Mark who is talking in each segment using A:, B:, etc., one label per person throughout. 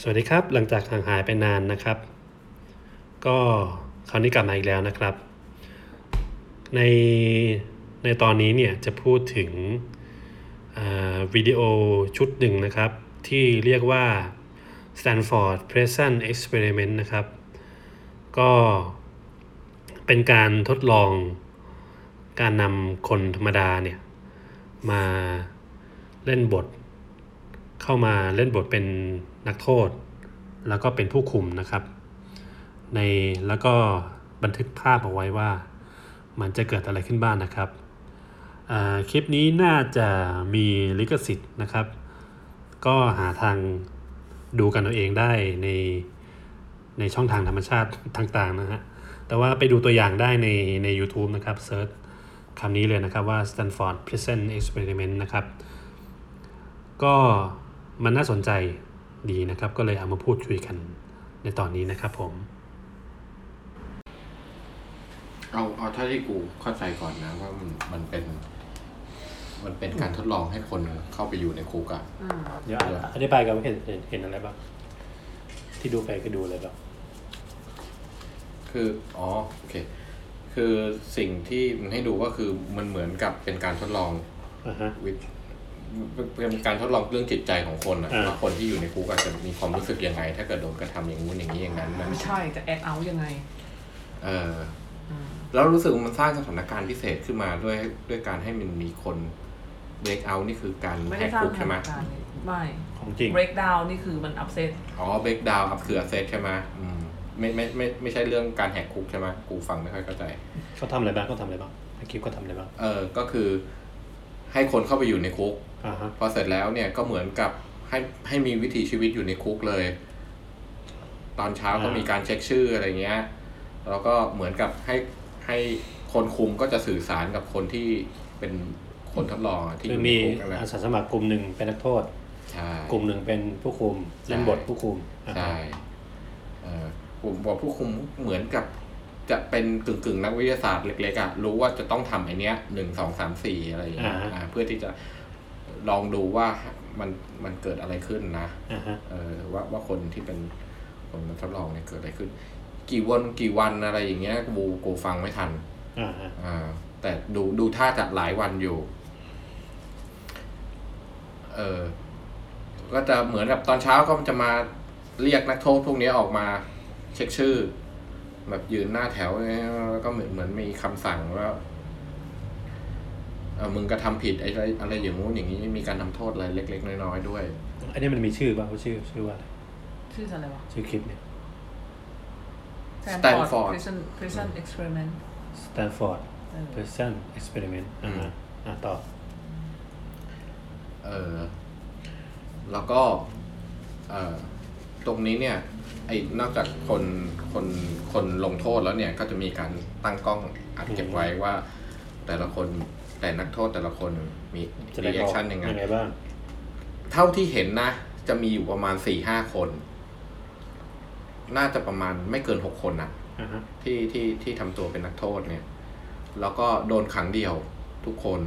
A: สวัสดีครับ หลังจากห่างหายไปนานนะครับ ก็คราวนี้กลับมาอีกแล้วนะครับ ในในตอนนี้เนี่ยจะพูดถึงอ่าวิดีโอชุดหนึ่งนะครับ ที่เรียกว่า Stanford Present Experiment นะครับ ก็เป็นการทดลองการนำคนธรรมดาเนี่ย มาเล่นบท เข้ามาเล่นบทเป็นนักโทษ แล้วก็เป็นผู้คุมนะครับ ในแล้วก็บันทึกภาพเอาไว้ว่ามันจะเกิดอะไรขึ้นบ้างนนะครับอ่าคลิปนี้น่าจะมีลิขสิทธิ์นะครับ ก็หาทางดูกันเอาเองได้ในในช่องทางธรรมชาติ ต่างๆนะฮะแต่ว่าไปดูตัวอย่างได้ในใน YouTube นะครับเซิร์ชคำนี้เลยนะครับว่า Stanford Prison Experiment นะครับ ก็มันน่าสนใจดีนะครับ ก็เลยเอามาพูดคุยกันในตอนนี้นะครับผม
B: เอาเอาเท่าที่กูเข้าใจก่อนนะว่ามันมันเป็น มันเป็นการทดลองให้คนเข้าไปอยู่ในคุกอะ
A: เดี๋ยวอธิบายกันว่าเห็นเห็นเห็นอะไรบ้างที่ดูไปก็ดูอะไรบ้าง
B: คืออ๋อโอเค คือสิ่งที่มันให้ดูก็คือมันเหมือนกับเป็นการทดลอง
A: อ่าฮะ
B: วิทเป็นการทดลองเรื่องจิตใจของคนอะ
A: อ่า
B: ว่าคนที่อยู่ในคุกอาจจะมีความรู้สึกยังไง ถ้าเกิดโดนกระทำอย่างงู้นอย่างนี้อย่างนั้นนะ
C: ไม่ใช่จะแอคเอาท์ยังไง
B: เออ
C: อืม
B: แล้วรู้สึกว่ามันสร้างสถานการณ์พิเศษขึ้นมาด้วยด้วยการให้มันมีคนเบรกเอานี่คือการ
C: ไม่
B: แห
C: ได้
B: ก
C: สร้าง
B: คุก
C: ส
B: ใช่ไหม
C: ถานการณ์เลยไม่
A: ของจริง
C: break down นี่คือมัน upset
B: อ๋อเบรกดาวอับคืออัพเซตใช่ไหมอืมไม่ไม่ไม่ไม่ใช่เรื่องการแหกคุกใช่ไหมกูฟังไม่ค่อยเข้าใจ
A: เขาทำอะไรบ้างเขาทำอะไรบ้างไอคลิปเขาทำอะไรบ้าง
B: เออก็คือให้คนเข้าไปอยู่ในคุก
A: อ่าฮะ
B: พอเสร็จแล้วเนี่ยก็เหมือนกับให้ให้มีวิถีชีวิตอยู่ในคุกเลย ตอนเช้าก็มีการเช็คชื่ออะไรเงี้ย แล้วก็เหมือนกับให้ให้คนคุมก็จะสื่อสารกับคนที่เป็นคนทดลองอะที่อ
A: คือยู่
B: ใน
A: มี
B: คุกนั่นแหละ
A: อาสาสมัครกลุ่มหนึ่งเป็นนักโทษ
B: ใช่
A: กลุ่มหนึ่งเป็นผู้คุมเล่นบทผู้คุมอ่าฮะ
B: ใช่เอ่อผมบอกผู้คุมเหมือนกับจะเป็นกึ่งกึ่งๆนักวิทยาศาสตร์เล็กๆอะรู้ว่าจะต้องทำไอเนี้ยหนึ่งสองสามสี่อะไรอย่างเงี้ยอ่าเพื่อที่จะลองดูว่ามันมันเกิดอะไรขึ้นนะ
A: อ่าฮะ
B: เออว่าว่าคนที่เป็นคนทดลองเนี่ยเกิดอะไรขึ้น กี่วันกี่วันอะไรอย่างเงี้ยกูกูฟังไม่ทัน
A: อ่าฮะ
B: อ่าแต่ดูดูท่าจะหลายวันอยู่ เออ ก็จะเหมือนกับตอนเช้าก็จะมาเรียกนักโทษพวกนี้ออกมา เช็คชื่อ แบบยืนหน้าแถวแล้วก็เหมือนเหมือนมีคำสั่งว่าเออมึงกระทำผิดไอ้ไรอะไรอย่างงู้นอย่างนี้มีการทำโทษอะไรเล็ก ๆ น้อยๆด้วย
A: อันนี้มันมีชื่อบ้างว่าชื่อชื่อว่าอะไร
C: ชื่ออะไรวะ
A: ชื่อคลิปเนี่ย
B: Stanford
C: prison prison experiment
A: Stanford
C: เออ
A: Prison Experiment อ่าฮะอ่าต่อ
B: เออแล้วก็เออตรงนี้เนี่ยไอ้นอกจากคนคนคนลงโทษแล้วเนี่ยก็จะมีการตั้งกล้องอัดเก็บไว้ว่า แต่ละคนแต่นักโทษแต่ละคนมี
A: จะได้
B: รีแอ
A: บอก
B: คชั่นยังไง
A: ยังไงบ้าง
B: เท่าที่เห็นนะ จะมีอยู่ประมาณสี่ห้าคน น่าจะประมาณไม่เกินหกคนนะ
A: อ่าฮะ
B: ที่ที่ที่ทำตัวเป็นนักโทษเนี่ย แล้วก็โดนขังเดียวทุกคน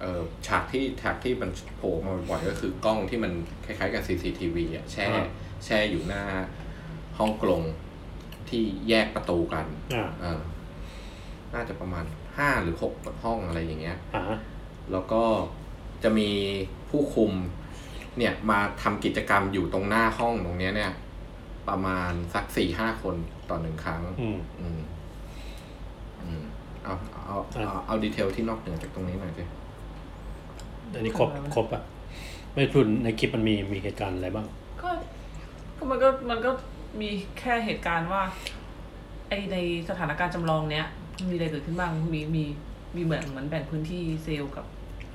B: เอ่อฉากที่ฉากที่มันโผล่มาบ่อยๆก็คือกล้องที่มันคล้ายๆกับ CCTV อะแช่ แช่อยู่หน้าห้องกลงที่แยกประตูกัน
A: อ่า
B: เออน่าจะประมาณห้าหรือหกห้องอะไรอย่างเงี้ย
A: อ่าฮะ
B: แล้วก็จะมีผู้คุมเนี่ยมาทำกิจกรรมอยู่ตรงหน้าห้องตรงเนี้ยเนี่ย ประมาณสักสี่ห้าคนต่อหนึ่งครั้ง
A: อืม
B: อืม อืม เอาเอาเอาเอาดีเทลที่นอกเหนือจากตรงนี้หน่อยสิ
A: อันนี้ครบ
C: ครบแล้วนะ
A: ครบอะไม่คุณในคลิปมันมีมีเหตุการณ์อะไรบ้าง
C: ก็ก็มันก็มันก็มีแค่เหตุการณ์ว่า ไอในสถานการณ์จำลองเนี้ย มีอะไรเกิดขึ้นบ้าง มีมีมีเหมือนเหมือนแบ่งพื้นที่เซลล์กับ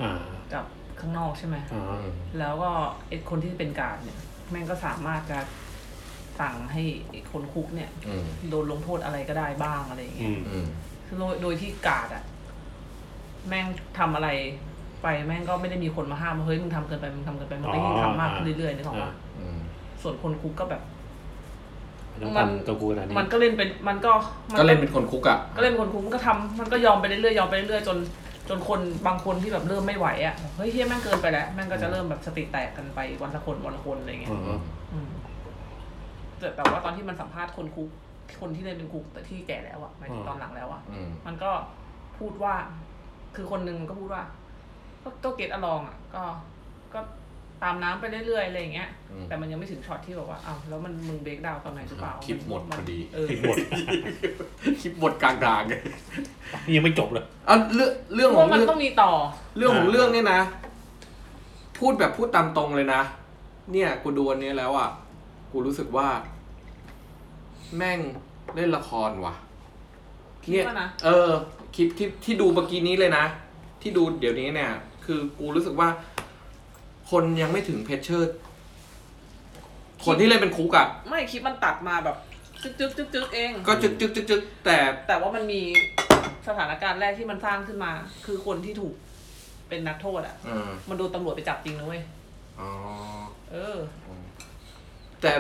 A: อ่า
C: กับข้างนอกใช่ไหม
A: อ่า
C: แล้วก็ไอคนที่เป็นการดเนี่ย แม่งก็สามารถจะสั่งให้ไอ้คนคุกเนี่ย
B: อืม
C: โดนลงโทษอะไรก็ได้บ้างอะไรอย่าง
A: อื
C: เงี้ย
A: ม
B: อืม
C: คือโดยโดยที่กาดอะแม่งทำอะไรไปแม่งก็ไม่ได้มีคนมาห้ามว่าเฮ้ยมึงทำเกินไปมึงทำเกินไปมันก็ยิ่งทำมากขึ้นเรื่อยๆนึกออกปะ
B: อืม
C: ส่วนคนคุกก็แบบ
A: มันต้อง
C: มัน
A: ทำตัวกูนะนี่
C: มันก็เล่นเป็นมันก็มั
B: ก็เล่นเป็นคนคุกอ่ะ
C: ก็เล่นเป็นคนคุกมันก็ทำมันก็ยอมไปเรื่อยๆยอมไปเรื่อยๆจน จนคนบางคนที่แบบเริ่มไม่ไหวอ่ะเฮ้ยเฮียแม่งเกินไปแล้วแม่งก็จะเริ่มแบบสติแตกกันไปวันละคนวันละคนอะไรเงี้ย
B: อืม
C: อืมแต่แบบว่าตอนที่มันสัมภาษณ์คนคุก คนที่เรียนเป็นคุกแต่ที่แก่แล้วอะหมายถึงตอนหลังแล้วอะ
B: อืม
C: มันก็พูดว่า คือคนหนึ่งมันก็พูดว่า ก็ก็เกตอลองอะก็ ก็ตามน้ำไปเรื่อยๆอะไรอย่างเงี้ย
B: อืม
C: แต่มันยังไม่ถึงช็อตที่แบบว่าอ้าวแล้วมันมึงเบรกดาวน์ตอนไหนหรือเปล่า
B: คลิปหมดพอดี
C: เออ
D: ผิดบท
B: คลิปบทกลางทางไง
D: นี่ยังไม่จบเลย
B: อ่ะเรื่องเรื่อง
C: เพ
B: ของ
C: ราะมัน
B: เรื่อง
C: ต้องมีต่อ
B: เรื่องของเรื่องเนี่ยนะ พูดแบบพูดตามตรงเลยนะ เนี่ย กูดูอันนี้แล้วอ่ะ กูรู้สึกว่า แม่งเล่นละครว่ะ
C: คิดว่านะ
B: เออ คลิปที่ที่ดูเมื่อกี้นี้เลยนะ ที่ดูเดี๋ยวนี้เนี่ย คือกูรู้สึกว่า คนยังไม่ถึงเพชเชอร์ คนที่เล่นเป็นคุกอ่ะ
C: ไม่คลิปมันตัดมาแบบจึ๊กจึ๊กจึ๊กจึ๊กเอง
B: ก็จึกจึกจึกจึกแต่
C: แต่ว่ามันมีสถานการณ์แรกที่มันสร้างขึ้นมา คือคนที่ถูกเป็นนักโทษอะ
B: เออ
C: มันโดนตำรวจไปจับจริงนะเว้ย
B: อ๋อ
C: เออ
B: แต่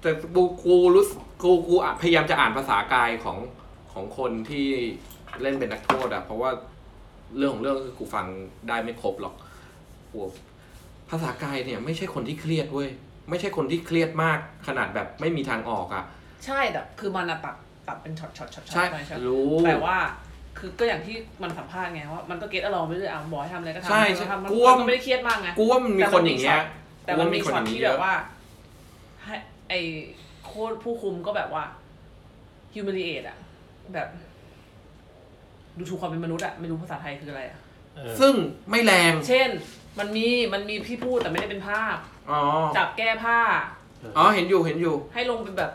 B: แต่กูกูรู้สึกกูกูอ่ะพยายามจะอ่านภาษากายของของคนที่เล่นเป็นนักโทษอะเพราะว่าเรื่องของเรื่องคือกูฟังได้ไม่ครบหรอกกูภาษากายเนี่ยไม่ใช่คนที่เครียดเว้ยไม่ใช่คนที่เครียดมากขนาดแบบไม่มีทางออกอะ
C: ใช่แต่คือมันอะตัดตัดเป็นช็อตช็อตช็อต
B: ใช่
C: ไปใช่ปะ
B: รู้
C: แต่ว่าคือก็อย่างที่มันสัมภาษณ์ไงว่ามันก็เก็ตอารมณ์ไปเรื่อยอ่ะบอกให้ทำอะไรก็ทำ
B: ใช่ใช่
C: ทำมัน
B: กลัว
C: มันไม่ได้เครียดมากไง
B: กูว่ามันมีคนอย่างเงี้ย
C: แต่มันมี
B: กู
C: ช็อ
B: ว่า
C: ตที่
B: เย
C: แบ
B: อะ
C: บว่าให้ไอ้โค้ดผู้คุมก็แบบว่า humiliate อะแบบ ดูถูกความเป็นมนุษย์อะไม่รู้ภาษาไทยคืออะไรอะ
D: เออ
B: ซึ่งไม่แรง
C: เช่น มันมีมันมีพี่พูดแต่ไม่ได้เป็นภาพ
B: อ๋อ
C: จับแก้ผ้า
B: อ๋อเห็นอยู่เห็นอยู่
C: ให้ลงไปแบบ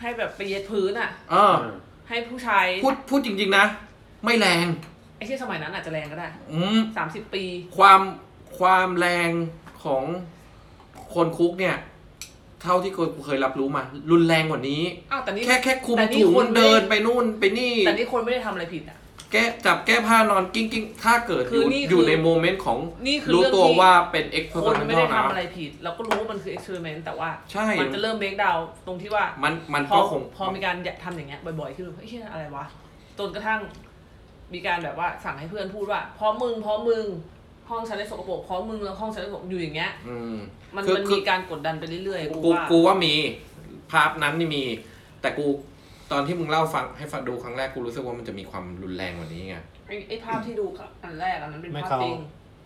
C: ให้แบบไปเย็ดพื้นอะ
B: เออ
C: ให้ผู้ชาย
B: พูดพูดจริง ๆ นะ ไม่แรง
C: ไอ้ที่สมัยนั้นอาจจะแรงก็ได้
B: อืม
C: สามสิบปี
B: ความความแรงของคนคุกเนี่ย เท่าที่กูเคยรับรู้มา รุนแรงกว่านี้
C: อ้าวแต่นี่
B: แค่แค่คุม
C: แต่นี่
B: ถุง
C: คนไม่
B: เดินไปนู่นไปนี่
C: แต่นี่คนไม่ได้ทำอะไรผิดอ่ะ
B: แก้จับแก้ผ้านอนกิ้งกิ้งถ้าเกิด
C: คื
B: อ
C: อยู่ นี่คือ
B: อยู่ในโมเมนต์ของ
C: นี่คือ
B: รู้
C: เรื่อง
B: ตัว
C: ที่
B: ว่าเป็นเอ็กเพรส
C: คน
B: น
C: ไม่ได้ทำ
B: นะ
C: อะไรผิด เราก็รู้ว่ามันคือเอ็กซ์เพร์เมนต์แต่ว่า
B: ใช่
C: มันจะเริ่มเบรกดาวตรงที่ว่า
B: มันมัน
C: พอ
B: ก็คง
C: พอมีการทำอย่างเงี้ยบ่อยๆขึ้นเฮ้ยเหี้ยอะไรวะจนกระทั่งมีการแบบว่าสั่งให้เพื่อนพูดว่า พร้อมมึงพร้อมมึง ห้องฉันได้สกปรกพร้อมมึงแล้วห้องฉันได้สกปรกอยู่อย่างเงี้ย
B: อืม
C: มัน
B: คือ
C: มัน
B: คือ
C: มีการกดดันไปเรื่อยๆ
B: กู
C: กูว่า
B: กูว่ามี ภาพนั้นนี่มี แต่กูตอนที่มึงเล่าฟังให้ฟังดูครั้งแรกกูรู้สึกว่ามันจะมีความรุนแรงกว่านี้ไง
C: ไอ้ไอ้ภาพที่ดูอันแรกอันนั้นเป็น
A: ไม่
C: ภาพ
A: เข้า
C: จริง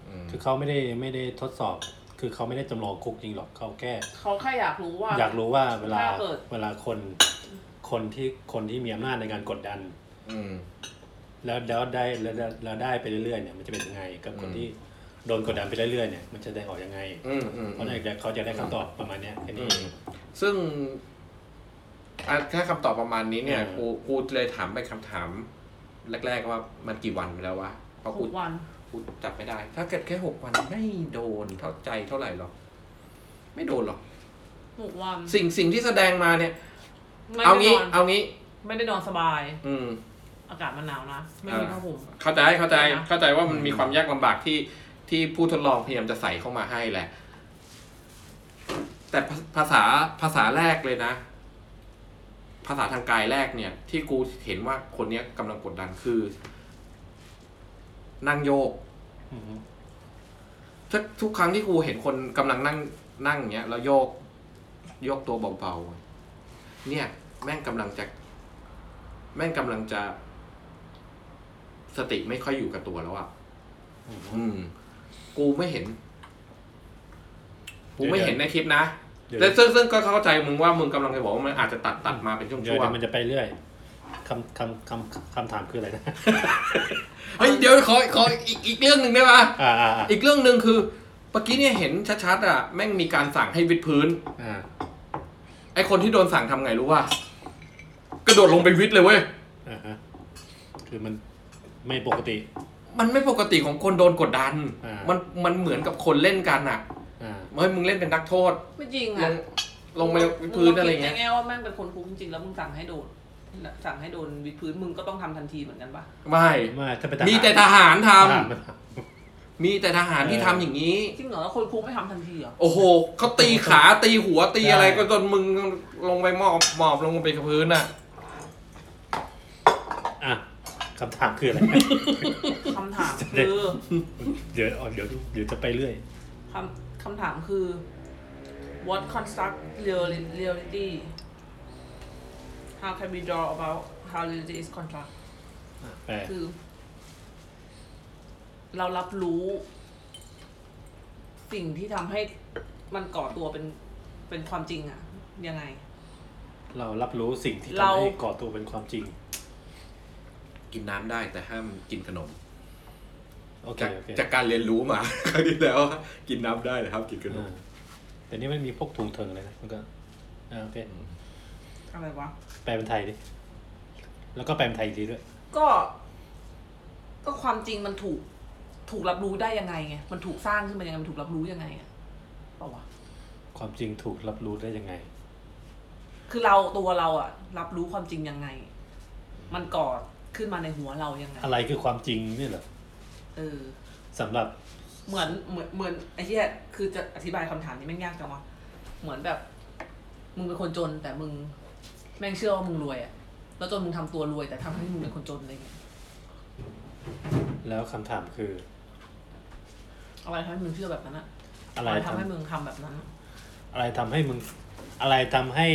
B: อืม
A: คือเขาไม่ได้ไม่ได้ทดสอบ คือเขาไม่ได้จำลองคุกจริงหรอกเขาแค่
C: เขาแค่อยากรู้ว่า
A: อยากรู้ว่าเวลา
C: ถ้าเกิด
A: เวลาคนคนที่คนที่มีอำนาจในการกดดัน
B: อืม
A: แล้วแล้วได้แล้วแล้วแล้วได้ไปเรื่อยๆเนี่ยมันจะเป็นยังไง กับคน
B: อืม
A: ที่โดนกดดันไปเรื่อยๆเนี่ยมันจะได้ออกยังไง
B: อืมอืม
A: เขาจะเขาจะได้คำตอบประมาณเนี้ยแค่นี้
B: ซึ่งอ่ะถ้าคำตอบประมาณนี้เนี่ย
A: เออ
B: กูกูเลยถามไปนคำถาม แรก ๆ ว่ามันกี่วันไปแล้ววะเพราะ
C: ห
B: กู
C: กวัน
B: กูจับไม่ได้ ถ้าเกิดแค่หกวันไม่โดนเท่าใจเท่าไหร่หรอกไม่โดนหรอก
C: หกวัน
B: สิ่งสิ่งที่แสดงมาเนี่ย
C: ไม่
B: เอา
C: ได้น
B: งี้
C: อน
B: เอางี้
C: ไม่ได้นอนสบาย
B: อืม
C: อากาศมันหนาวนะ ไม่มี
B: อ่า
C: ผ้าห่ม
B: เข้าใจเข้าใจ
C: ใช่นะ
B: เข้าใจว่ามันมีความยากลำบากที่ที่ผู้ทดลองพยายามจะใส่เข้ามาให้แหละ แต่ภาภาษาภาษาแรกเลยนะ ภาษาทางกายแรกเนี่ย ที่กูเห็นว่าคนเนี้ยกำลังกดดันคือ นั่งโยก
A: อือฮึ
B: ทุกทุกครั้งที่กูเห็นคนกำลังนั่งนั่งอย่างเงี้ยแล้วโยก โยกตัวเบาๆเนี่ย แม่งกำลังจะ แม่งกำลังจะ สติไม่ค่อยอยู่กับตัวแล้วอะ
A: อือฮึ
B: อืม กูไม่เห็น กูไม่เห็น
A: เดี๋
B: ใน
A: ยว
B: คลิปนะ
A: เดี๋ยว
B: แต่ซึ่งซึ่งก็เข้าใจมึงว่ามึงกำลังจะบอกว่ามันอาจจะตัดตัดมาเป็นช่ว
A: เดี๋ยว
B: ง
A: เดี๋ยวมันจะไปเรื่อยคำคำคำคำถามคืออะไรนะ
B: ๆเฮ้ยเดี๋ยวขอขออีกอีกเรื่องหนึ่งได้ปะ
A: อ่าอ่าอ่า
B: อีกเรื่องหนึ่งคือเมื่อกี้เนี่ยเห็นชัดๆอ่ะแม่งมีการสั่งให้วิดพื้น
A: อ่า
B: ไอคนที่โดนสั่งทำไงรู้ป่ะกระโดดลงไปวิดเลยเว้ย
A: อ่าฮะคือมันไม่ปกติ
B: มันไม่ปกติของคนโดนกดดัน
A: อ่ามั
B: มันมันเหมือนกับคนเล่นกันอ่ะ
A: อ่า
B: เฮ้ยมึงเล่นเป็นนักโทษ
C: ไม่จริง
B: ล
C: อ่ะ
B: งลงไปวิดพื้นอะไร
C: มึลคิด
B: เงี้ย
C: ในแง่ว่าแม่งเป็นคนคุกจริงๆแล้วมึงสั่งให้โดด สั่งให้โดนวิดพื้นมึงก็ต้องทำทันทีเหมือนกันปะ
B: ไม่
A: ไม่ถ้าไป
B: มีแต่ทหาร
A: ท
B: ทำ
A: หารมันท
B: มีแต่ทหารที่
A: เออ
B: ทำอย่างนี้
C: จริงเหรอแล้วคนคุกไม่ทำทันทีเหรอ
B: โอ้โหเขาตี ขาตีหัวตีอะไร
A: ใช่
B: ก็จนมึงลงไปหมอบหมอบลงไปกับพื้นอ่ะ
A: ำอ่ะ คำถามคืออะไร
C: คำถามคือ
A: เดี๋ยวเอาเดี๋ยวเดี๋ยวจะไปเรื่อย
C: คำคำถามคือ what construct real- reality how can we draw about how reality is construct
A: แปล
C: คือ เรารับรู้ สิ่งที่ทำให้มันก่อตัวเป็นเป็นความจริงอะยังไง
A: เรารับรู้สิ่งที่
C: เรา
A: ทำให้ก่อตัวเป็นความจริง
B: กินน้ำได้แต่ห้ามกินขนม
A: โอเค
B: จาก
A: โอเค
B: จากการเรียนรู้มา ครั้งที่แล้วว่ากินน้ำได้แต่ห้ามกินขน
A: อ่ามแต่นี่มันมีพวกถุงเถิงเลยนะมันก็อ่าโอเค
C: อะไรวะ
A: แปลเป็นไทยดิ แล้วก็แปลเป็นไทยอีกทีด้วย
C: ก็ ก็ความจริงมันถูก ถูกรับรู้ได้ยังไงไง มันถูกสร้างขึ้นมายังไง มันถูกรับรู้ยังไงอะเปล่าวะ
A: ความจริงถูกรับรู้ได้ยังไง
C: คือเราตัวเราอะรับรู้ความจริงยังไง มันก่อขึ้นมาในหัวเรายังไง
A: อะไรคือความจริงเนี่ยเหรอ
C: เออ
A: สำหรับ
C: เหมือนเหมือนเหมือนไอ้ที่คือจะอธิบายคำถามนี้แม่งยากจังวะเหมือนแบบ มึงเป็นคนจน แต่มึง แม่งเชื่อว่ามึงรวยอะแล้วจนมึงทำตัวรวย แต่ทำให้มึงเป็นคนจนอะไรเงี้ย
A: แล้วคำถามคือ
C: อะไรทำให้มึงเชื่อแบบนั้นอะ
A: อะไร
C: ทำ
A: ทำ
C: ให้มึงทำแบบนั้นอะ
A: อะไรทำให้มึง อะไรทำให้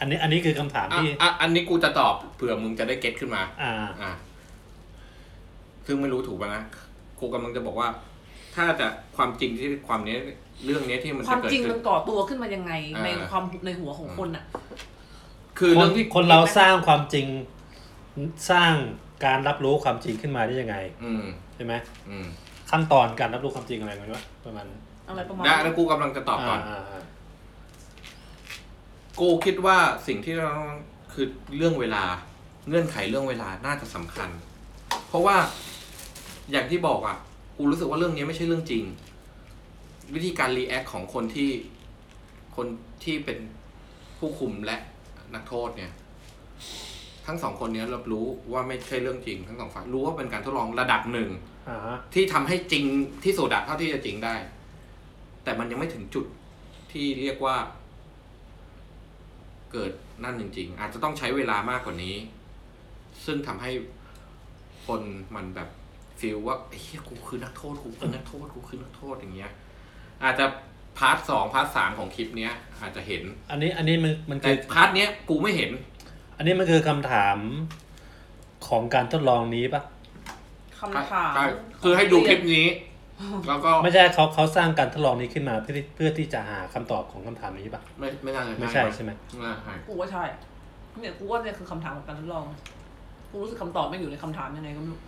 A: อันนี้อันนี้คือคำถาม
B: อ่ะ
A: ที่
B: อ่ะอันนี้กูจะตอบเผื่อมึงจะได้เก็ตขึ้นมา
A: อ่า
B: อ่ะซึ่งไม่รู้ถูกป่ะนะกูกำลังจะบอกว่า ถ้าจะความจริงที่ความเนี้ยเรื่องเนี้ยที่มัน
C: ค
B: จะ
C: วาม
B: เกิด
C: จริง
B: ขึ้
C: มัน นก่อตัวขึ้นมายังไง
B: อ่า
C: ในความในหัวของคนอะ
B: คือ
A: ค
B: เรื่
A: น
B: องที่
A: คนเราสร้างความจริง สร้างการรับรู้ความจริงขึ้นมาได้ยังไง
B: อืม
A: ใช่ไหม
B: อืม
A: ขั้นตอนการรับรู้ความจริงอะไรมันวะประมาณ
C: อะไรประมาณ
B: ได้
C: นั้
B: แล้ว
C: น
B: กูกำลังจะตอบก่อน
A: าาา
B: กูคิดว่าสิ่งที่เราต้องคือเรื่องเวลาเงื่อนไขเรื่องเวลาน่าจะสำคัญ เพราะว่าอย่างที่บอกอ่ะกูรู้สึกว่าเรื่องนี้ไม่ใช่เรื่องจริง วิธีการรีแอคของคนที่คนที่เป็นผู้คุมและนักโทษเนี่ย ทั้งสองคนเนี้ยรับรู้ว่าไม่ใช่เรื่องจริง ทั้งสองฝ่ายรู้ว่าเป็นการทดลองระดับหนึ่ง
A: อ่าฮะ
B: ที่ทำให้จริงที่สุดอะเท่าที่จะจริงได้ แต่มันยังไม่ถึงจุดที่เรียกว่า เกิดนั่นจริง ๆ อาจจะต้องใช้เวลามากกว่านี้ ซึ่งทำให้คนมันแบบฟีลว่าเฮียกูคือนักโทษกูคือนักโทษกูคือนักโทษอย่างเงี้ย อาจจะพาร์ทสองพาร์ทสามของคลิปเนี้ย อาจจะเห็น
A: อันนี้อันนี้มันมัน
B: แต่
A: คือ
B: พาร์ทเนี้ยกูไม่เห็น
A: อันนี้มันคือคำถามของการทดลองนี้ปะ
C: คำถาม
B: คือให้ดูคลิปนี้ แล้วก็
A: ไม่ใช่เขาเขาสร้างการทดลองนี้ขึ้นมาเพื่อที่เพื่อที่จะหาคำตอบของคำถามนี้ปะ
B: ไม่ไม่น่าจะ
A: ไม่ใช่ใช่ไหม
B: ไม่น่าใช่
C: กูว่าใช่เนี่ยกูว่าเนี่ยคือคำถามของการทดลองกูรู้สึกคำตอบไม่อยู่ในคำถามยังไงก็ไม่รู้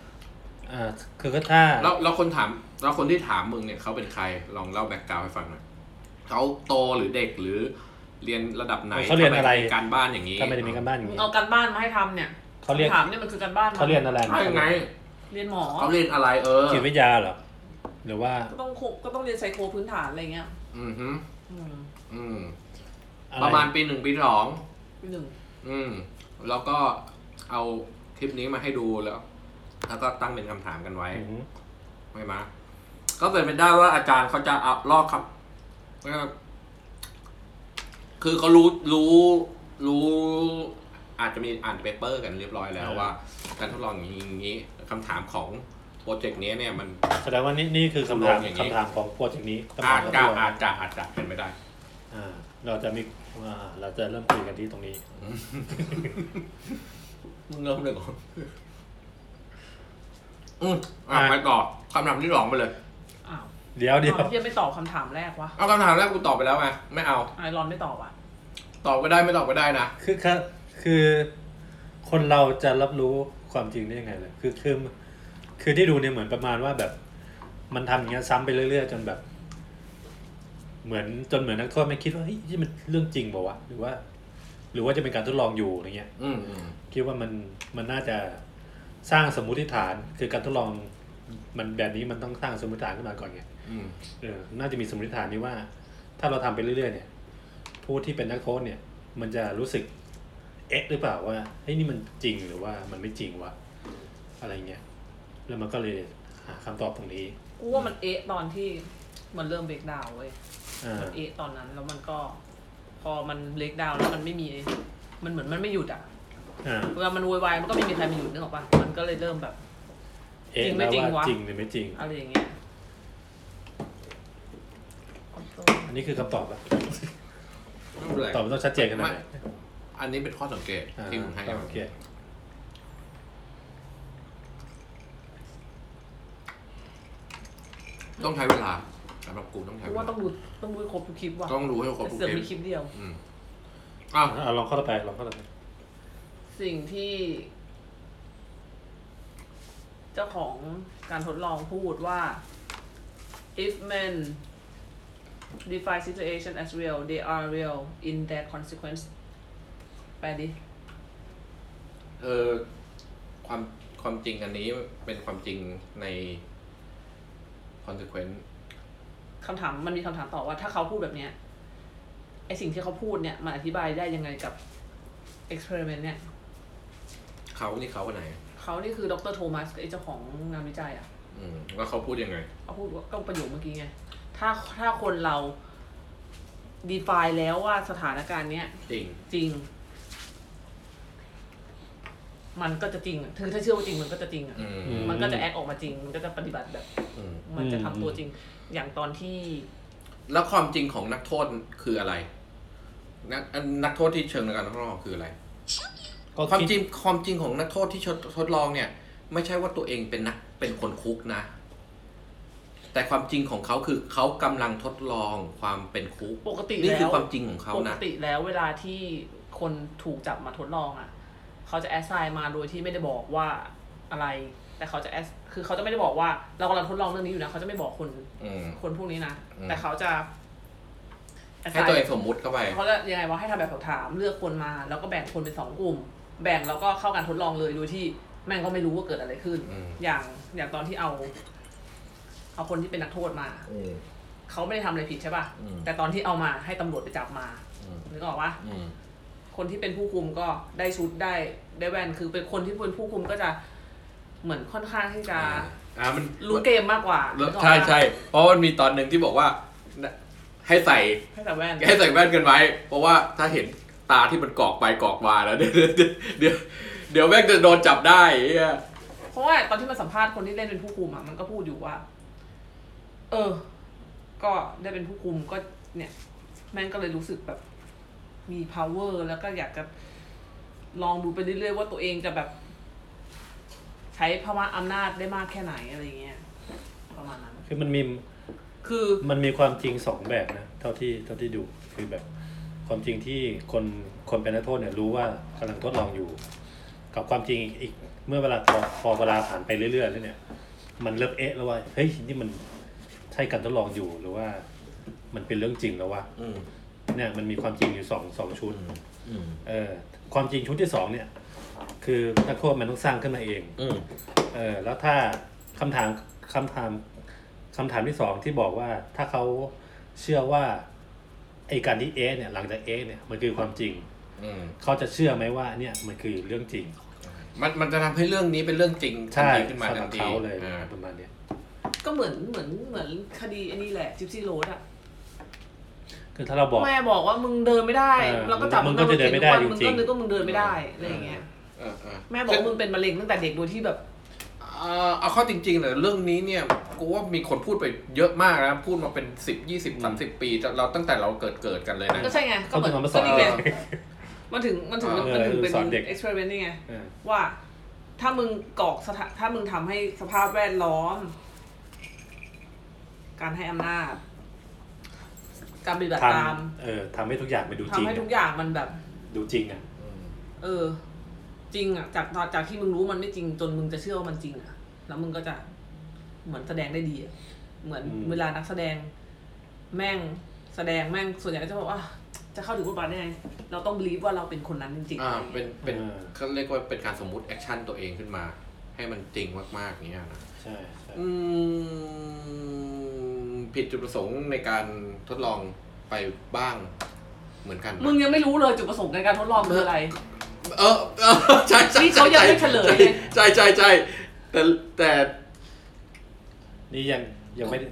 A: อ่าคือก็ถ้า
B: แล้วแล้วคนถามแล้วคนที่ถามมึงเนี่ยเขาเป็นใครลองเล่าแบ็กกราวให้ฟังหน่อยเขาโตหรือเด็กหรือเรียนระดับไหน
A: เขาเรียนอะไร
B: ทำมถึงมีการบ้านอย่างนี้
A: ถ้าไม่ได้มีการบ้านอย่าง
C: มึง
A: นี้
C: เอาการบ้านมาให้ทำเนี่ย
A: เขาเรียก
C: คำถามเนี่ยมันคือการบ้านม
A: เขาเรียนอะไร
B: ใช่ไง
C: เรียนหมอ
B: เขาเรียนอะไรเออ
A: จิตวิทยาเหรอหรือว่า
C: ก็ต้องคงก็ต้องเรียนไซโคพื้นฐานอะไรเงี้ย
B: อือฮึ
C: อืม
B: อืม
A: อะไร
B: ประมาณปีหนึ่งปีสอง
C: หนึ่ง
B: อืมแล้วก็เอาคลิปนี้มาให้ดูแล้ว แล้วก็ตั้งเป็นคำถามกันไว้
A: อือฮึ
B: ไม่มาก็เป็นไปได้ว่าอาจารย์เขาจะเอาลอกครับเอ่อคือเขารู้รู้รู้ อาจจะมีอ่านเปเปอร์กันเรียบร้อยแล้วว่า การทดลองอย่างนี้อย่างนี้คำถามของโปรเจกต์นี้เนี่ยมัน
A: แสดงว่านี่นี่คือคำถาม
B: ทดลองอย่างนี้
A: คำถามของโปรเจกต์นี้คำถา
B: อาม
A: ขอ
B: จ
A: งท
B: จะ
A: ดลง
B: อาจจะอาจจะเป็นไม่ได้
A: อ่าเราจะมีอ่าเราจะเริ่มคุยกันที่ตรงนี้
B: มึงเริ่มเลยก่อนอืมอ่ะไปต่อคำถามที่สองไปเลย
C: อ้าว
A: เดี๋ยวเดี๋ยว
C: อ้าวเฮียไม่ตอบคำถามแรกวะ
B: เอาคำถามแรกกูตอบไปแล้วไงไม่เอา
C: ไอรอนไม่ตอบอ่ะ
B: ตอบก็ได้ไม่ตอบก็ได้นะ
A: คือคือคือ คนเราจะรับรู้ความจริงได้ยังไงเลยคือคือคือที่ดูเนี่ยเหมือนประมาณว่าแบบ มันทำอย่างเงี้ยซ้ำไปเรื่อยๆจนแบบ เหมือนจนเหมือนนักโทษไม่คิดว่าเฮ้ยนี่มันเรื่องจริงเปล่าวะหรือว่า หรือว่าจะเป็นการทดลองอยู่อะไรเงี้ย
B: อืมอืม
A: คิดว่ามันมันน่าจะสร้างสมมุติฐาน คือการทดลอง มันแบบนี้มันต้องสร้างสมมติฐานขึ้นมาก่อนไง
B: อืม
A: เออน่าจะมีสมมติฐานนี้ว่า ถ้าเราทำไปเรื่อยๆ เนี่ย ผู้ที่เป็นนักโทษเนี่ย มันจะรู้สึก เอ๊ะหรือเปล่าว่าเฮ้ยนี่มันจริงหรือว่ามันไม่จริงวะอะไรเงี้ยแล้วมันก็เลยหาคำตอบตรงนี้
C: กูว่ามันเอะตอนที่มันเริ่มเบรกดาวเว้ย
A: อ่า
C: มันเอะตอนนั้นแล้วมันก็ พอมันเบรกดาวแล้วมันไม่มี มันเหมือนมันไม่หยุดอ่ะ
A: อ่า
C: เวลามันโวยวายมันก็ไม่มีใครมาอยู่นึกออกป่ะมันก็เลยเริ่มแบบ
A: เอะ
C: จริงไม่
A: แล้ว
C: จริ
A: ว่าว
C: งะ
A: จริงหรือไม่จริง
C: อะไรอย่างเงี้ย
A: อันนี้คือคำตอบอะ
B: ไม่เป็นไร
A: ตอบมันต้องชัดเจนขนาดไหน
B: อันนี้เป็นข้อสังเกต
A: อ่า
B: ที่ผมให้
A: โอเค
B: ต้องใช้เวลาสำหรับกูต้องใช้
C: กู
B: เว
C: ว่า
B: ลา
C: ต้องดูต้องดูให้ครบทุกคลิปว่ะ
B: ต้องรู้ให้ครบทุก
C: เสือก
B: เกม
C: มีคลิปเดียว
B: อืมอ้าว
A: อ่ะลองเข้าต่อไปลองเข้าต่อไป
C: สิ่งที่ เจ้าของการทดลองพูดว่า if men define situation as real they are real in their consequence แปลดิ
B: เออความความจริงอันนี้เป็นความจริงใน consequence
C: คำถามมันมีคำถามต่อว่าถ้าเขาพูดแบบเนี้ยไอสิ่งที่เขาพูดเนี่ยมันอธิบายได้ยังไงกับเอ็กซ์เพร์เมนต์เนี่ย
B: เขานี่เขาคนไหน
C: เขานี่คือดรโทมัสไอเจ้าของงานวิจัยอะ
B: อืมแล้วเขาพูดยังไง
C: เขาพูดว่าก็ประโยคเมื่อกี้ไง ถ้าถ้าคนเรา define แล้วว่าสถานการณ์เนี้ย
B: จริง
C: จริง มันก็จะจริงอะถึงถ้าเชื่อว่าจริงมันก็จะจริงอะ
B: อืม
C: มันก็จะแอดออกมาจริง มันก็จะปฏิบัติแบบ
B: อืม
C: มันจะทำตัวจริง อย่างตอนที่
B: แล้วความจริงของนักโทษคืออะไร นักอันนักโทษที่เชิงในการทดลองคืออะไร
A: ก็
B: ความ
A: คิด
B: จริงความจริงของนักโทษที่ทดลองเนี่ย ไม่ใช่ว่าตัวเองเป็นนักเป็นคนคุกนะ แต่ความจริงของเขาคือเขากำลังทดลองความเป็นคุก
C: ปกติ
B: นี่คือ
C: แล้ว
B: ความจริงของเขา
C: ปก
B: นะ
C: ติแล้วเวลาที่คนถูกจับมาทดลองอ่ะ เขาจะแอสไซน์มาโดยที่ไม่ได้บอกว่าอะไร แต่เขาจะแอสคือเขาจะไม่ได้บอกว่าเรากำลังทดลองเรื่องนี้อยู่นะเขาจะไม่บอกคน
B: อืม
C: คนพวกนี้นะ
B: อืม
C: แต่เขาจะ
B: ให้ตัวเองสมมุติเข้าไป
C: เขาจะยังไงวะให้ทำแบบสอบถามเลือกคนมา แล้วก็แบ่งคนเป็นสองกลุ่ม แบ่งแล้วก็เข้าการทดลองเลยโดยที่แม่งก็ไม่รู้ว่าเกิดอะไรขึ้น
B: อืม
C: อย่างอย่างตอนที่เอา เอาคนที่เป็นนักโทษมา
B: อืม
C: เขาไม่ได้ทำอะไรผิดใช่ป่ะ
B: อืม
C: แต่ตอนที่เอามาให้ตำรวจไปจับมา
B: อืม
C: นึกออกปะ
B: อืม
C: คนที่เป็นผู้คุมก็ได้ชุดได้ได้แว่นคือเป็นคนที่เป็นผู้คุมก็จะเหมือนค่อนข้างที่จะ
B: อ่าอ่ามัน
C: รู้เกมมากกว่านึกออกปะ
B: ใช่ใช่เพราะมันมีตอนหนึ่งที่บอกว่า ให้ใส่
C: ให้แต่แว่น
B: ให้ใส่แว่นกันไว้ เพราะว่าถ้าเห็นตาที่มันกรอกไปกรอกมาแล้วเดี๋ยวเดี๋ยวเดี๋ยวแม่งจะโดนจับได้ไอ้เหี้ย
C: เพราะว่าตอนที่มันสัมภาษณ์คนที่เล่นเป็นผู้คุมอ่ะมันก็พูดอยู่ว่า เออ ก็ได้เป็นผู้คุมก็เนี่ย แม่งก็เลยรู้สึกแบบ มี power แล้วก็อยากจะลองดูไปเรื่อยๆว่าตัวเองจะแบบ ใช้ภาวะอำนาจได้มากแค่ไหนอะไรเงี้ยประมาณนั้น
A: คือมันมี
C: คือ
A: มันมีความจริงสองแบบนะเท่าที่เท่าที่ดูคือแบบความจริงที่คนคนเป็นนักโทษเนี่ยรู้ว่ากำลังทดลองอยู่ กับความจริงอีกอีกเมื่อเวลาพอพอเวลาผ่านไปเรื่อยๆแล้วเนี่ย มันเริ่มเอะแล้วว่าเฮ้ยนี่มันใช่การทดลองอยู่หรือว่า มันเป็นเรื่องจริงแล้ววะ
B: อืม
A: เนี่ยมันมีความจริงอยู่สองสองชุด
B: อืม
A: เออความจริงชุดที่สองเนี่ย คือนักโทษมันต้องสร้างขึ้นมาเอง
B: อืม
A: เออแล้วถ้าคำถามคำถามคำถามที่สองที่บอกว่าถ้าเขาเชื่อว่าไอการที่เอเนี่ยหลังจากเอเนี่ยมันคือความจริง
B: อืม
A: เขาจะเชื่อไหมว่าเนี่ยมันคือเรื่องจริง
B: มันมันจะทำให้เรื่องนี้เป็นเรื่องจริงทัน
A: ใช่
B: ทีขึ้นมา
A: สำห
B: ทั
A: รั
B: น
A: บ
B: ที
A: เขาเลย
B: อ่า
A: ประมาณเนี้ย
C: ก็เหมือนเหมือนเหมือนคดีอันนี้แหละจิปซี่โรดอ่ะ
A: คือถ้าเราบอก
C: แม่บอกว่ามึงเดินไม่ได้
A: เออ
C: แล้วก็จับ
A: มึงก็จะเดินไม่ได้
C: มึง
A: จริ
C: ก็
A: งๆ
C: นึกว่ามึงเดินไม่ได้อะไรอย่างเงี้ย
B: เออเออ
C: แม่บอกว่ามึงเป็นมะเร็งตั้งแต่เด็กโดยที่แบบ
B: เอ่อเอาเข้อจริงๆเลยเรื่องนี้เนี่ยกูว่ามีคนพูดไปเยอะมากนะพูดมาเป็นสิบยี่สิบสามสิบปีแต่เราตั้งแต่เราเกิดเกิดกันเลยนะ
C: ก็ใช่ไงก็
A: เขา
C: เหมื
A: ถึง
C: อน
A: เอามาส
C: ก็
A: อน
C: นี่ไงมันถึงมันถึง
B: เออ
C: มันถึงเป็น
A: สอนเด็ก
C: experiment นี่ไง
A: เออ
C: ว่า ถ้ามึงกรอกสถาถ้ามึงทำให้สภาพแวดล้อม การให้อำนาจ การปฏิบัติ
A: ท
C: ตาม
A: ำเออทำให้ทุกอย่างไปดู
C: ทำ
A: จริง
C: ให้
A: อะ
C: ทุกอย่างมันแบบ
A: ดูจริงอ่ะ
B: อืม
C: เออ จริงอ่ะจากตอนจากที่มึงรู้มันไม่จริงจนมึงจะเชื่อว่ามันจริงอ่ะ แล้วมึงก็จะเหมือนแสดงได้ดีอะเหมือนเวลานักแสดง แม่งแสดงแม่งส่วนใหญ่ก็จะบอกว่า จะเข้าถึงบทบาทได้ไงเราต้องบลีฟว่าเราเป็นคนนั้นจริงๆ
B: อ่า
C: อะไรอย่าง
B: เป็
C: เงี้
B: น
C: ย
B: เป็นเขาเรียกว่าเป็นการสมมุติแอคชั่นตัวเองขึ้นมา ให้มันจริงมากๆอย่างเงี้ยนะ
A: ใช่ใช่
B: อืมผิดจุดประสงค์ในการทดลองไปบ้างเหมือนกันนะ
C: มึงยังไม่รู้เลยจุดประสงค์ในการทดลองคืออะไร
B: เออ เออใช่ใช่
C: นี่เขายังไม่เฉลยเลย
B: ใช่ใช่ใช่แต่แต่
A: นี่ยังยังไม่ได้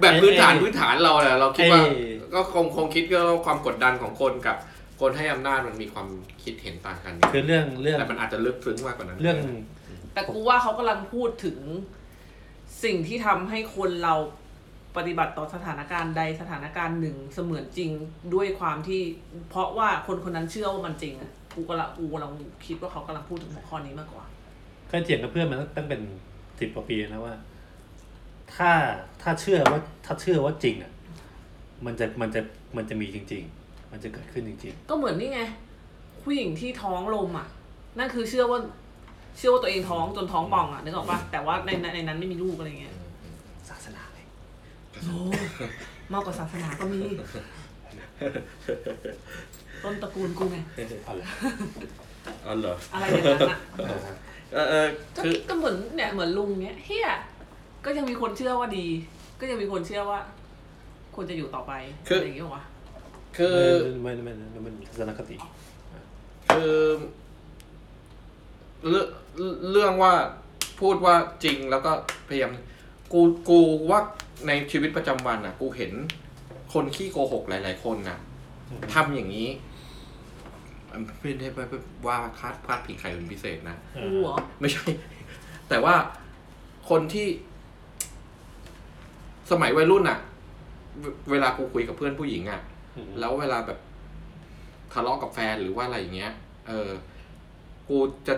B: แบบพื้นฐาน
A: ไอ้
B: พื้นฐานเราเนี่ยเราคิดว่า
A: ไอ้
B: ก็คงคงคิดก็ความกดดันของคนกับ คนให้อำนาจมันมีความคิดเห็นต่างกัน
A: คือเรื่องเรื่อง
B: แต่มันอาจจะลึกซึ้งมากกว่านั้น
A: เรื่อง
C: แต่กูว่าเขากำลังพูดถึงสิ่งที่ทำให้คนเราปฏิบัติต่อสถานการณ์ใดสถานการณ์หนึ่งเสมือนจริงด้วยความที่ เพราะว่าคนคนนั้นเชื่อว่ามันจริงอ่ะกูกำลังกูกำลังคิดว่าเขากำลังพูดถึงหัวข้อนี้มากกว่า
A: เคยเถียงกับเพื่อนมาตั้งเป็นสิบกว่าปีนะว่า ถ้าถ้าเชื่อว่าถ้าเชื่อว่าจริงอ่ะมันจะมันจะมันจะมีจริง ๆ มันจะเกิดขึ้นจริง
C: ก็เหมือนนี่ไงผู้หญิงที่ท้องลมอ่ะ นั่นคือเชื่อว่า เชื่อว่าตัวเองท้องจนท้องป่องอ่ะนึกออกปะแต่ว่าในในในนั้นไม่มีลูกอะไรเงี้ย
A: ๆ ศาสนาไง
C: โอ้มากกว่าศาสนาก็มีต้นตระกูลกูไง
A: เอาละ
B: อ๋อเหรอ
C: อะไรอย่างนั้นอ่ะ
B: เออเออ
C: ก็
B: คือ
C: ก็เหมือนเนี่ยเหมือนลุงเนี้ยเฮียก็ยังมีคนเชื่อว่าดี ก็ยังมีคนเชื่อว่าควรจะอยู่ต่อไป
B: คืออ
C: อะไรอย่างเงี้ยวะ
B: คือ
A: ไม่ไม่ไม่ไม่มันทัศนคติ
B: คือเรื่องเรื่องว่าพูดว่าจริงแล้วก็พยายามกูกูว่าในชีวิตประจำวันอ่ะ กูเห็นคนขี้โกหกหลาย ๆ คนน่ะ
A: อืม
B: ทำอย่างนี้ไม่ได้ไปว่าคาดพาดผิงใครเป็นพิเศษนะ
A: เอ
C: กู
A: อ
C: เหรอ
B: ไม่ใช่ แต่ว่าคนที่สมัยวัยรุ่นอ่ะเวเวลากูคุยกับเพื่อนผู้หญิงอ่ะ
A: อืม
B: แล้วเวลาแบบทะเลาะกับแฟนหรือว่าอะไรอย่างเงี้ย เออ กูจะ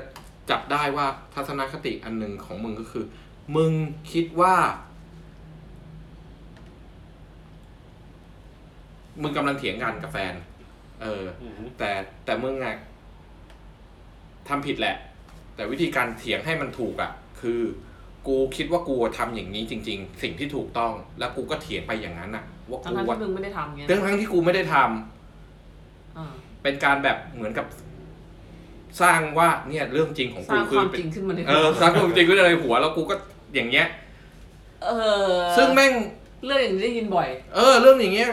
B: จับได้ว่าทัศนคติอันหนึ่งของมึงก็คือ มึงคิดว่า มึงกำลังเถียงกันกับแฟน เออ
A: อืม
B: แต่แต่มึงอะทำผิดแหละ แต่วิธีการเถียงให้มันถูกอะคือ กูคิดว่ากูทำอย่างนี้จริง ๆ สิ่งที่ถูกต้อง แล้วกูก็เถียงไปอย่างนั้นอะว่า
C: ทั้
B: กู
C: งๆ
B: ว่า
C: ที่มึงไม่ได้ทำเงี้ย
B: เรื่องทั้งที่กูไม่ได้ทำ
C: อ่า
B: เป็นการแบบเหมือนกับ สร้างว่าเนี่ยเรื่องจริงของ
C: ส
B: กู
C: ร้าง
B: คื
C: ค
B: อ
C: วาม
B: เป็
C: จ
B: น
C: ริงขึ้นมาใน
B: เออสร้างความจริงขึ้นมาในหัวแล้วกูก็อย่างเงี้ย
C: เออ
B: ซึ่งแม่ง
C: เรื่องอย่างนี้ได้ยินบ่อย
B: เออ เรื่องอย่างเงี้ย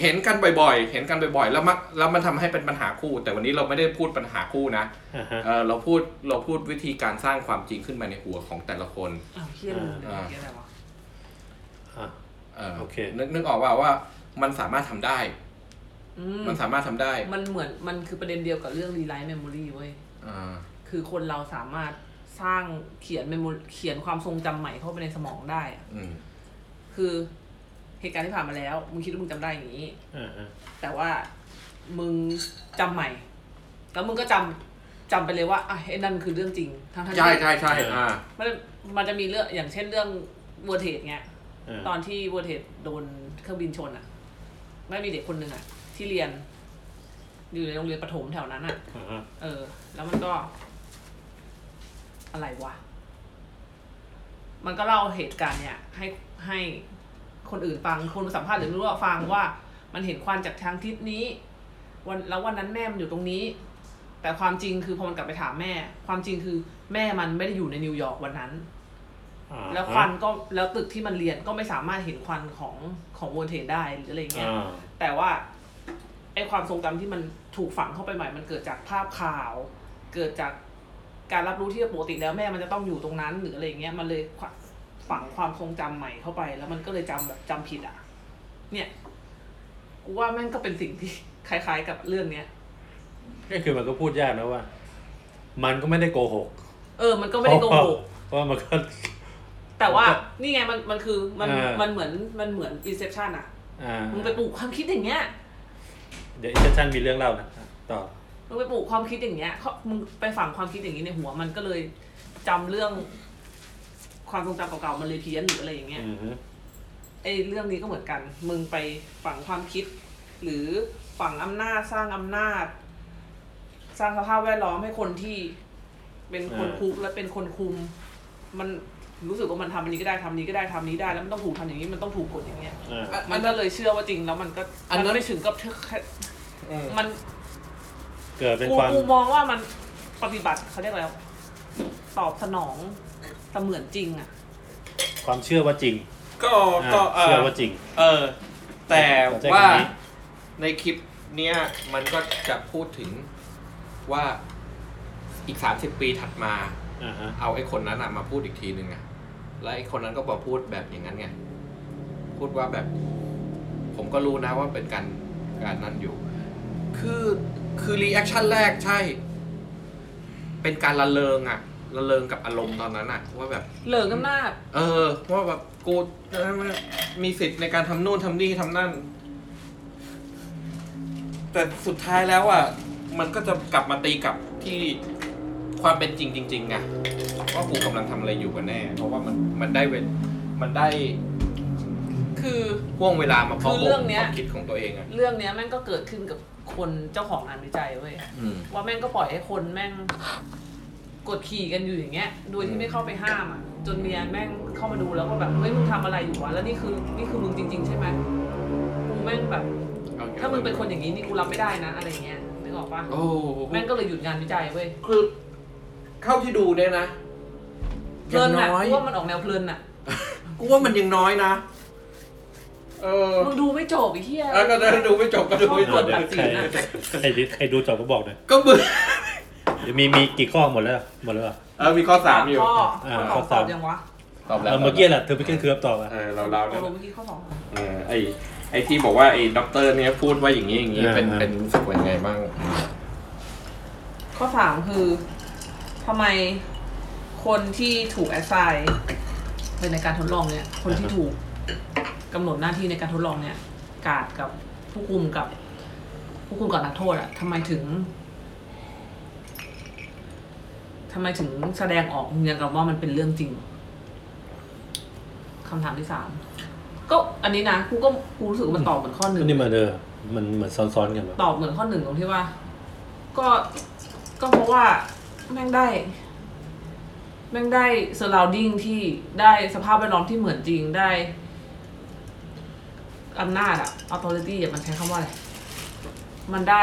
B: เห็นกันบ่อย ๆ เห็นกันบ่อยๆแล้วมักแล้วมันทำให้เป็นปัญหาคู่ แต่วันนี้เราไม่ได้พูดปัญหาคู่นะ
A: อ่าฮะ
B: เออเราพูดเราพูดวิธีการสร้างความจริงขึ้นมาในหัวของแต่ละคน
C: อ้าวเฮียลุงเดี๋ยวเฮียอะไรวะ
A: อ่ะ
B: เออ
A: โอเค
B: นึกนึกออกว่าว่ามันสามารถทำได้
C: อืม
B: มันสามารถทำได้
C: มันเหมือนมันคือประเด็นเดียวกับเรื่อง Relight Memory เว้ย
B: อ่า
C: คือคนเราสามารถสร้างเขียนเมมโมเขียนความทรงจำใหม่เข้าไปในสมองได้อะ
B: อืม
C: คือเหตุการณ์ที่ผ่านมาแล้วมึงคิดว่ามึงจำได้อย่างนี้
A: อ่าฮะ
C: แต่ว่ามึงจำใหม่ แล้วมึงก็จำจำไปเลยว่าอ่ะไอ้นั่นคือเรื่องจริงทั้งๆที่
B: ใช่ใช่ใช่อ่า
C: มันมันจะมีเรื่องอย่างเช่นเรื่องวัวเทดเงี้ย
A: อ่า
C: ตอนที่วัวเทดโดนเครื่องบินชนอ่ะไม่มีเด็กคนหนึ่งอ่ะ ที่เรียน อยู่ในโรงเรียนประถมแถวนั้นอ่ะ
A: อ่าฮะ
C: เออ แล้วมันก็ อะไรวะ มันก็เล่าเหตุการณ์เนี่ยให้ให้คนอื่นฟังคนสัมภาษณ์หรือไม่รู้ว่าฟังว่า มันเห็นควันจากทางทิศนี้ วันแล้ววันนั้นแม่มันอยู่ตรงนี้ แต่ความจริงคือพอมันกลับไปถามแม่ ความจริงคือแม่มันไม่ได้อยู่ในนิวยอร์กวันนั้น
A: อ่าฮะ
C: แล้วควันก็แล้วตึกที่มันเรียนก็ไม่สามารถเห็นควันของของโวลเทนได้หรืออะไรเงี้ย
A: อ่า
C: แต่ว่าไอความทรงจำที่มันถูกฝังเข้าไปใหม่ มันเกิดจากภาพข่าว เกิดจากการรับรู้ที่ปกติแล้วแม่มันจะต้องอยู่ตรงนั้นหรืออะไรอย่างเงี้ย มันเลยฝังความทรงจำใหม่เข้าไป แล้วมันก็เลยจำแบบจำผิดอ่ะ เนี่ยกูว่าแม่งก็เป็นสิ่งที่ คล้ายๆ กับเรื่องเนี้ย
A: ก็คือมันก็พูดยากนะว่า มันก็ไม่ได้โกหก
C: เออ มันก็ไม่ได้โกหก
A: เพราะว่ามันก็
C: แต่ว่านี่ไงมันมันคือมัน
A: เออ
C: มันเหมือนมันเหมือนอินเซพชันอ่ะ
A: อ่า
C: มึงไปปลูกความคิดอย่างเงี้ย
A: เดี๋ยวอินเตอร์ชันมีเรื่องเล่านะต่อ
C: มึงไปปลูกความคิดอย่างเงี้ยเขามึงไปฝังความคิดอย่างนี้ในหัวมันก็เลยจำเรื่อง ความทรงจำเก่าๆ มันเลยเพี้ยนหรืออะไรอย่างเงี้ย
A: อือฮึ
C: ไอ้เรื่องนี้ก็เหมือนกัน มึงไปฝังความคิด หรือฝังอำนาจสร้างอำนาจ สร้างสภาพแวดล้อมให้คนที่ เป็นคนคุกและเป็นคนคุม มันรู้สึกว่ามันทำอันนี้ก็ได้ทำนี้ก็ได้ทำนี้ได้แล้วมันต้องถูกทำอย่างนี้มันต้องถูกกฎอย่างเงี้ย
A: อ่า
C: มันก็เลยเชื่อว่าจริงแล้วมันก็
B: อันนั้น
C: มัไม่ถึงกับ
B: อืม
C: มัน
A: เกิดเป็น
C: กู
A: ความ
C: กูมองว่ามันปฏิบัติเขาเรียกอะไรวะตอบสนองเสมือนจริงอ่ะ
A: ความเชื่อว่าจริง
B: ก็
A: อ่า
B: ก็เอ
A: เชื่อ
B: อ
A: ว่าจริง
B: เออ แต่ว่า
A: เข้าใจคำนี้
B: ในคลิปเนี้ยมันก็จะพูดถึงว่าอีกสามสิบปีถัดมา
A: อ่าฮะ
B: เอาไอ้คนนั้นอะมาพูดอีกทีนึงอะแล้วไอ้คนนั้นก็บอกพูดแบบอย่างนั้นไงพูดว่าแบบ ผมก็รู้นะว่าเป็นการการนั่นอยู่ คือ คือรีแอคชั่นแรกใช่ เป็นการละเลงอะละเลงกับอารมณ์ตอนนั้นอะว่าแบบ
C: เหลิงกันมาก
B: เออว่าแบบกูมีสิทธิ์ในการทำนู่นทำนี่ทำนั่น แต่สุดท้ายแล้วอ่ะ มันก็จะกลับมาตีกลับที่ความเป็นจริงจริงๆไงว่ากูกำลังทำอะไรอยู่กันแน่ เพราะว่ามันมันได้เวลมันได้
C: คือ
B: ห่วงเวลามาพอ
C: คือเรื่องเนี้ย
B: ความคิดของตัวเองอ่ะ
C: เรื่องเนี้ยแม่งก็เกิดขึ้นกับคนเจ้าของงานวิจัยเว้ย
B: อืม
C: ว่าแม่งก็ปล่อยให้คนแม่งกดขี่กันอยู่อย่างเงี้ย โดยที่ไม่เข้าไปห้ามอ่ะ จนเมียแม่งเข้ามาดูแล้วก็แบบเฮ้ยมึงทำอะไรอยู่วะ แล้วนี่คือนี่คือมึงจริง ๆ ใช่ไหมกูแม่งแบบ ถ้ามึงเป็นคนอย่างนี้นี่กูรับไม่ได้นะอะไรเงี้ยนึกออกปะ
B: โอ้
C: แม่งก็เลยหยุดงานวิจัยเว้ย
B: คือเข้าที่ดูเนี่ยนะ
C: เพลิน
B: อ
C: อ่ะ
B: ย่างน้อย
C: กูว่ามันออกแนวเพลินอ่ะ
B: กูว่ามันยังน้อยนะ เออ
C: มึงดูไม่จบไอ้เหี้ย
B: แล้วก็ได้ดูไม่จบก็ดู
C: ชอบ
B: ไม่จ
C: ก
B: บ
C: ดตัดสินอ่ะ
A: ใครใครดูจบก็บอกหน่อย
B: ก็เบื่อ
A: เดี๋ยวมีมีกี่ข้อหมดแล้ว หมดแล้วเหรอ
B: เออมีข้อสามอยู่
C: ข้อ
A: อ่า
C: ข้อ
A: ข้อ
C: สอ
A: สา
C: บ
A: ม
C: ยังวะ
B: ตอบแล้ว
A: เออเมื่อกี้แหละเธอเมื่อกี้คือคำตอบอะ
B: เออเราเรา
C: ต
B: เนี่ย
C: กลงเมื่อกี้ข้อสอง
B: เออไอไอที่บอกว่าไอด็อกเตอร์เนี่ยพูดว่าอย่างนี้อย่างนี้
A: อ่า
B: เป็นเป็นรู้สึกว่ายังไงบ้าง
C: ข้อสามคือทำไมคนที่ถูกแอสไซน์เป็นในการทดลองเนี่ย คนที่ถูกกำหนดหน้าที่ในการทดลองเนี่ย กาดกับผู้คุมกับ ผู้คุมกับนักโทษอะทำไมถึงทำไมถึงแสดงออกอย่างกับว่ามันเป็นเรื่องจริง คำถามที่สาม ก็อันนี้นะกูก็กูรู้สึกว่ามันตอบเหมือนข้อหนึ่ง
A: นี่มาเดอมันเหมือนซ้อนๆกันวะ
C: ตอบเหมือนข้อหนึ่งตรงที่ว่า ก็ก็เพราะว่าแม่งได้ แม่งได้ surrounding ที่ได้สภาพแวดล้อมที่เหมือนจริงได้อำนาจอะ authority อะมันใช้คำว่าอะไร มันได้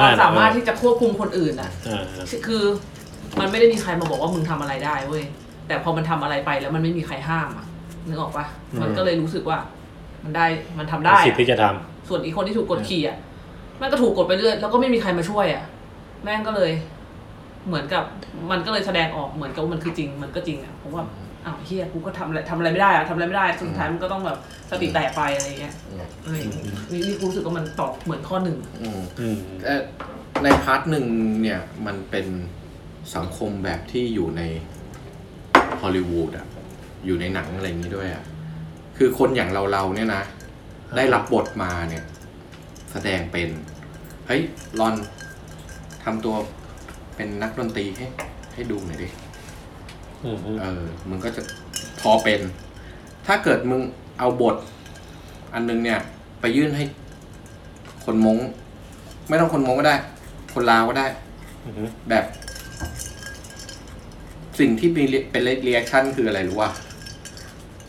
C: ควา
A: า
C: น
A: ม จ
C: สามารถที่จะควบคุมคนอื่นอะ
A: อ่า
C: คือ มันไม่ได้มีใครมาบอกว่ามึงทำอะไรได้เว้ย แต่พอมันทำอะไรไปแล้วมันไม่มีใครห้ามอะนึกออกปะมันก็เลยรู้สึกว่า มันได้มันทำได้
A: สิท
C: อะ
A: ธิ์ที่จะท
C: ส่วนอีกคนที่ถูกกดขี่อ่ะมันก็ถูกกดไปเรื่อยแล้วก็ไม่มีใครมาช่วยอ่ะ แม่งก็เลย เหมือนกับ มันก็เลยแสดงออกเหมือนกับว่ามันคือจริง มันก็จริงอ่ะผมว่าอ้าวเฮียกูก็ทำอะไรทำอะไรไม่ได้อ่ะทำอะไรไม่ได้สุดท้ายมันก็ต้องแบบสติแตกไปอะไรอย่างเงี้ยอะไรอย่างเงี้ยนี่นี่กูรู้สึกว่ามันตอบเหมือนข้อหนึ่ง
B: อืม
A: ำอืม
B: เอ่อในพาร์ทหนึ่งเนี่ย มันเป็นสังคมแบบที่อยู่ในฮอลลีวูดอะอยู่ในหนังอะไรอย่างนี้ด้วยอะคือคนอย่างเราเราๆเนี่ยนะ ได้รับบทมาเนี่ย แสดงเป็น เฮ้ยรอนทำตัวเป็นนักดนตรีให้ ให้ดูหน่อยดิ
A: อืมอืม
B: เออ มึงก็จะพอเป็น ถ้าเกิดมึงเอาบท อันนึงเนี่ย ไปยื่นให้คนมง ไม่ต้องคนมงก็ได้ คนลาวก็ได้
A: อืม
B: แบบ สิ่งที่มีเป็นเรีแอคชั่นคืออะไรรู้ป่ะ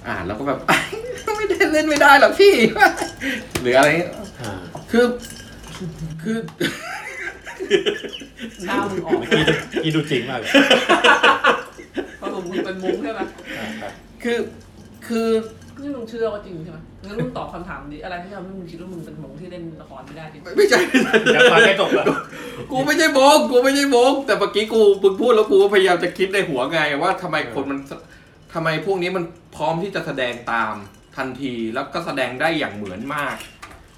B: อ่านแล้วก็แบบ ไม่ได้เล่นไม่ได้หรอกพี่ หรืออะไรเงี้ย
A: อ่า
B: คือ คือ
C: หน้ามึงออก
A: เมื่อกี้ดูกี้ดูจริงมากเลย
C: เพราะมึงเป็นมุ้งใช่ไหม
A: อ่าครับ
B: คือ คือ
C: นี่มึงเชื่อว่าจริงใช่ไหมงั้นมึงตอบคำถามนี้อะไรที่ทำให้มึงคิดว่ามึงเป็นมุ้งที่เล่นละครไม่ได้จริง
B: ไม่ใช่
A: ยังฟังไม่จบอ่ะ
B: กูไม่ใช่โบงกูไม่ใช่โบงแต่เมื่อกี้กูมึงพูดแล้วกูก็พยายามจะคิดในหัวไง ว่าทำไมคนมันทำไมพวกนี้มันพร้อมที่จะแสดงตามทันทีแล้วก็แสดงได้อย่างเหมือนมาก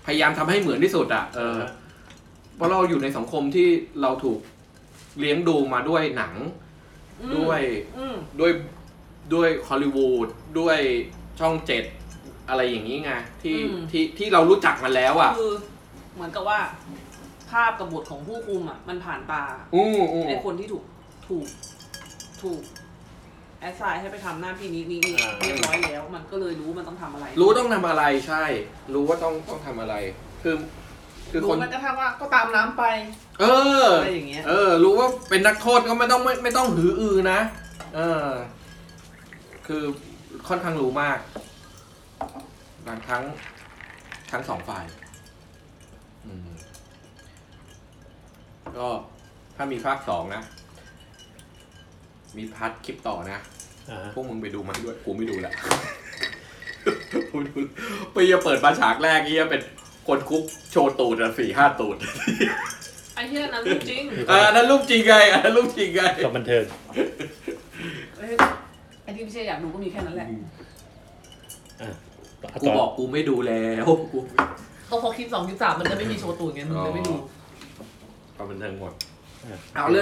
B: พยายามทำให้เหมือนที่สุดอ่ะเออเพราะเราอยู่ในสังคมที่เราถูกเลี้ยงดูมาด้วยหนัง
C: อืม
B: ด้วย
C: อืม
B: ด้วยด้วยฮอลลีวูดด้วยช่องเจ็ดอะไรอย่างนี้ไงที่ที่ที่เรารู้จักมันแล้วอ่ะ
C: คือ เหมือนกับว่า ภาพกับบทของผู้คุมอ่ะ มันผ่านตา
B: อืออือ
C: ไอคนที่ถูกถูกถูกแอสไซน์ให้ไปทำหน้าที่นี้นี้นี้เรียบร้อยแล้ว มันก็เลยรู้มันต้องทำอะไร
B: รู้ต้องทำอะไรใช่ รู้ว่าต้องต้องทำอะไร คือ คือคน
C: รู้มันก็ทำว่าก็ตามน้ำไป
B: เออ
C: อะไรอย่างเงี้ย
B: เออ รู้ว่าเป็นนักโทษก็ไม่ต้องไม่ไม่ต้องหืออือนะ เออ คือค่อนข้างรู้มากบางครั้งทั้งสองฝ่าย อืม ก็ถ้ามีภาคสองนะ มีพาร์ทคลิปต่อนะ
A: อ่า
B: พวกมึงไปดูมาด้วยกูไม่ดูละ กูไม่ดูละไปเหี้ยเปิดมาฉากแรกเฮียเป็นคนคุกโชว์ตูดอะสี่ห้าตูด
C: ไอ้เหี้ยนั้นรู้จริง
B: เอออันนั้นรูปจริงไงอันนั้นรูปจริงไง
A: กับบันเทิง
C: ไอ้เหี้ยไอ้ที่พี่เชยอยากดูก็มีแค่นั้นแหละ
A: อ่ะต่
B: กูบอกกูไม่ดูแล้วกู
C: ก็พอคลิปสองคลิปสามมันจะไม่มีโชว์ตูดไงมึงเลยไม่ดู
B: ความบันเทิงหมด
A: เออ
B: เอาเรื่อง